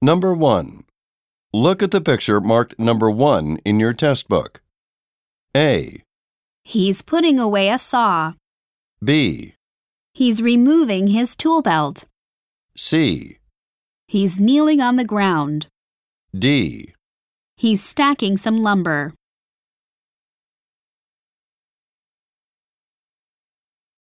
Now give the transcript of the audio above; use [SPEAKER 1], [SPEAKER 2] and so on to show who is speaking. [SPEAKER 1] Number 1. Look at the picture marked number 1 in your test book. A,
[SPEAKER 2] He's putting away a saw.
[SPEAKER 1] B,
[SPEAKER 2] He's removing his tool belt.
[SPEAKER 1] C,
[SPEAKER 2] He's kneeling on the ground.
[SPEAKER 1] D.
[SPEAKER 2] He's stacking some lumber.